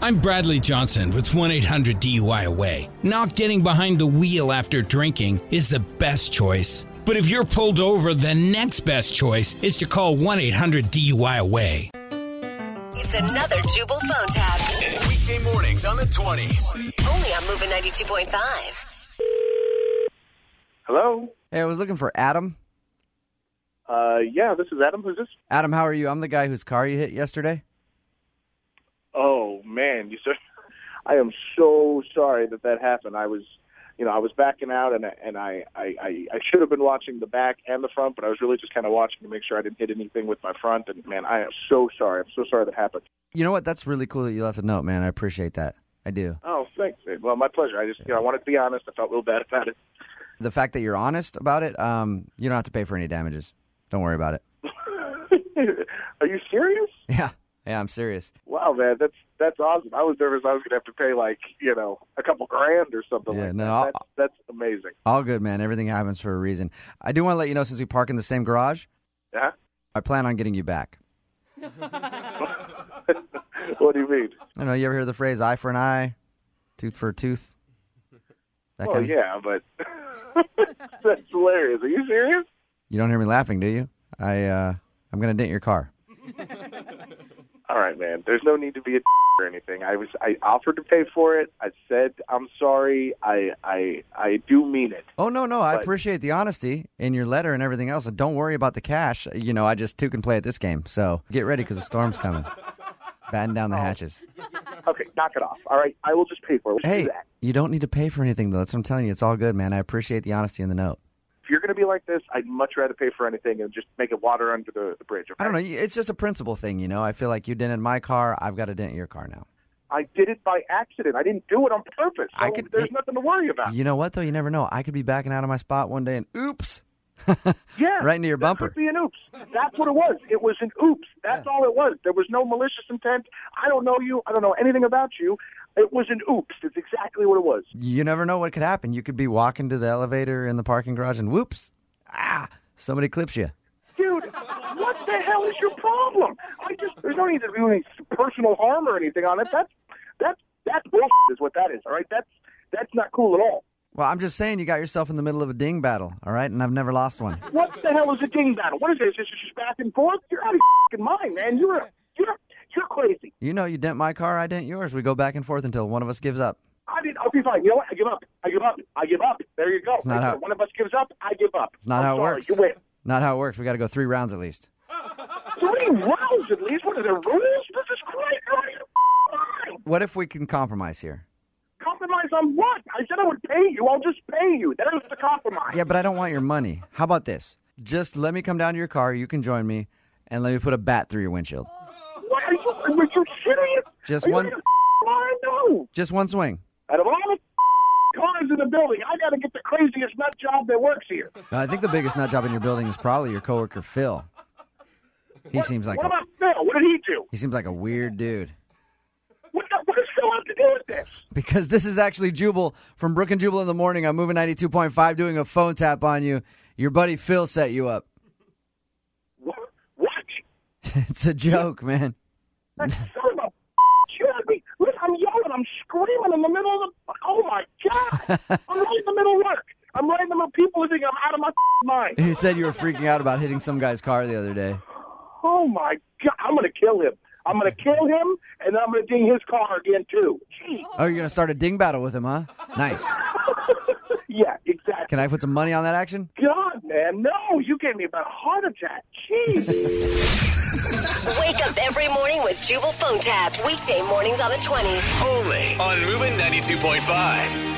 I'm Bradley Johnson with 1 800 DUI Away. Not getting behind the wheel after drinking is the best choice. But if you're pulled over, the next best choice is to call 1 800 DUI Away. It's another Jubal phone tab. Weekday mornings on the 20s. Only on Moving 92.5. Hello. Hey, I was looking for Adam. Uh, yeah, this is Adam. Who's this? Adam, how are you? I'm the guy whose car you hit yesterday. Oh man, you sir. I am so sorry that that happened. I was, you know, I was backing out, and I- and I I I, I should have been watching the back and the front, but I was really just kind of watching to make sure I didn't hit anything with my front. And man, I am so sorry. I'm so sorry that happened. You know what? That's really cool that you left a note, man. I appreciate that. I do. Oh, thanks. man. Well, my pleasure. I just you know I wanted to be honest. I felt real bad about it. The fact that you're honest about it, um, you don't have to pay for any damages. Don't worry about it. Are you serious? Yeah. Yeah, I'm serious. Wow, man, that's that's awesome. I was nervous. I was gonna have to pay like you know a couple grand or something Yeah, like no, I'll- that. That's, that's amazing. All good, man. Everything happens for a reason. I do want to let you know since we park in the same garage, Yeah. I plan on getting you back. What do you mean? I don't know. You ever hear the phrase eye for an eye, tooth for a tooth? That Oh yeah, but that's hilarious. Are you serious? You don't hear me laughing, do you? I, uh, I'm going to dent your car. All right, man. There's no need to be a or anything. I was I offered to pay for it. I said I'm sorry. I I I do mean it. Oh no, no, I But- appreciate the honesty in your letter and everything else. And don't worry about the cash. You know, I just two can play at this game. So get ready because the storm's coming. Batten down the Oh, hatches. Okay, knock it off. All right, I will just pay for it. Let's do Hey, that. you don't need to pay for anything though. That's what I'm telling you. It's all good, man. I appreciate the honesty in the note. If you're gonna be like this, I'd much rather pay for anything and just make it water under the, the bridge. Okay? I don't know. you- It's just a principle thing, you know. I feel like you dented my car. I've got to dent your car now. I did it by accident. I didn't do it on purpose. So I could- there's hey- nothing to worry about. You know what though? You never know. I could be backing out of my spot one day and oops. Yeah, right into your that bumper. could be an oops. That's what it was. It was an oops. That's all it was. There was no malicious intent. I don't know you. I don't know anything about you. It was an oops. It's exactly what it was. you never know what could happen. You could be walking to the elevator in the parking garage and whoops. Ah, somebody clips you. Dude, what the hell is your problem? I just there's no need to do any personal harm or anything on it. That's that's that's bullshit is what that is. All right, that's that's not cool at all. Well, I'm just saying you got yourself in the middle of a ding battle, all right? And I've never lost one. What the hell is a ding battle? What is this? This is just back and forth. You're out of your fucking mind, man. You're a- you're you're crazy. You know, you dent my car, I dent yours. We go back and forth until one of us gives up. I did. Okay, fine. You know what? I give up. I give up. I give up. There you go. not Like, how- One of us gives up. I give up. It's not I'm how it sorry. works. You win. Not how it works. We got to go three rounds at least. Three rounds at least. What are the rules? This is great. You're out of your mind. What if we can compromise here? Compromise on what? I said I would pay you. I'll just pay you. That is the compromise. Yeah, but I don't want your money. How about this? Just let me come down to your car. You can join me, and let me put a bat through your windshield. What are you? Are you serious? Just Are you one- out of your Mind? No. Just one swing. Out of all the cars in the building, I got to get the craziest nut job that works here. Now, I think the biggest nut job in your building is probably your coworker Phil. He seems like What a, about Phil? What did he do? he seems like a weird dude. What, the, what does Phil have to do with this? because this is actually Jubal from Brook and Jubal in the morning. I'm moving 92.5, doing a phone tap on you. Your buddy Phil set you up. What? What? it's a joke, man. That son of a you had me. Look, I'm yelling. I'm screaming in the middle of the. Oh my god! I'm right in the middle of work. I'm right in the middle. People think I'm out of my mind. He said you were freaking out about hitting some guy's car the other day. Oh my god! I'm gonna kill him. I'm gonna kill him, and I'm gonna ding his car again too. Gee, Oh, you're gonna start a ding battle with him, huh? Nice. yeah, exactly. Can I put some money on that action? God, man, no! You gave me about a heart attack. Jeez. Wake up every morning with Jubal phone tabs. Weekday mornings on the 20s. Only on Moving 92.5.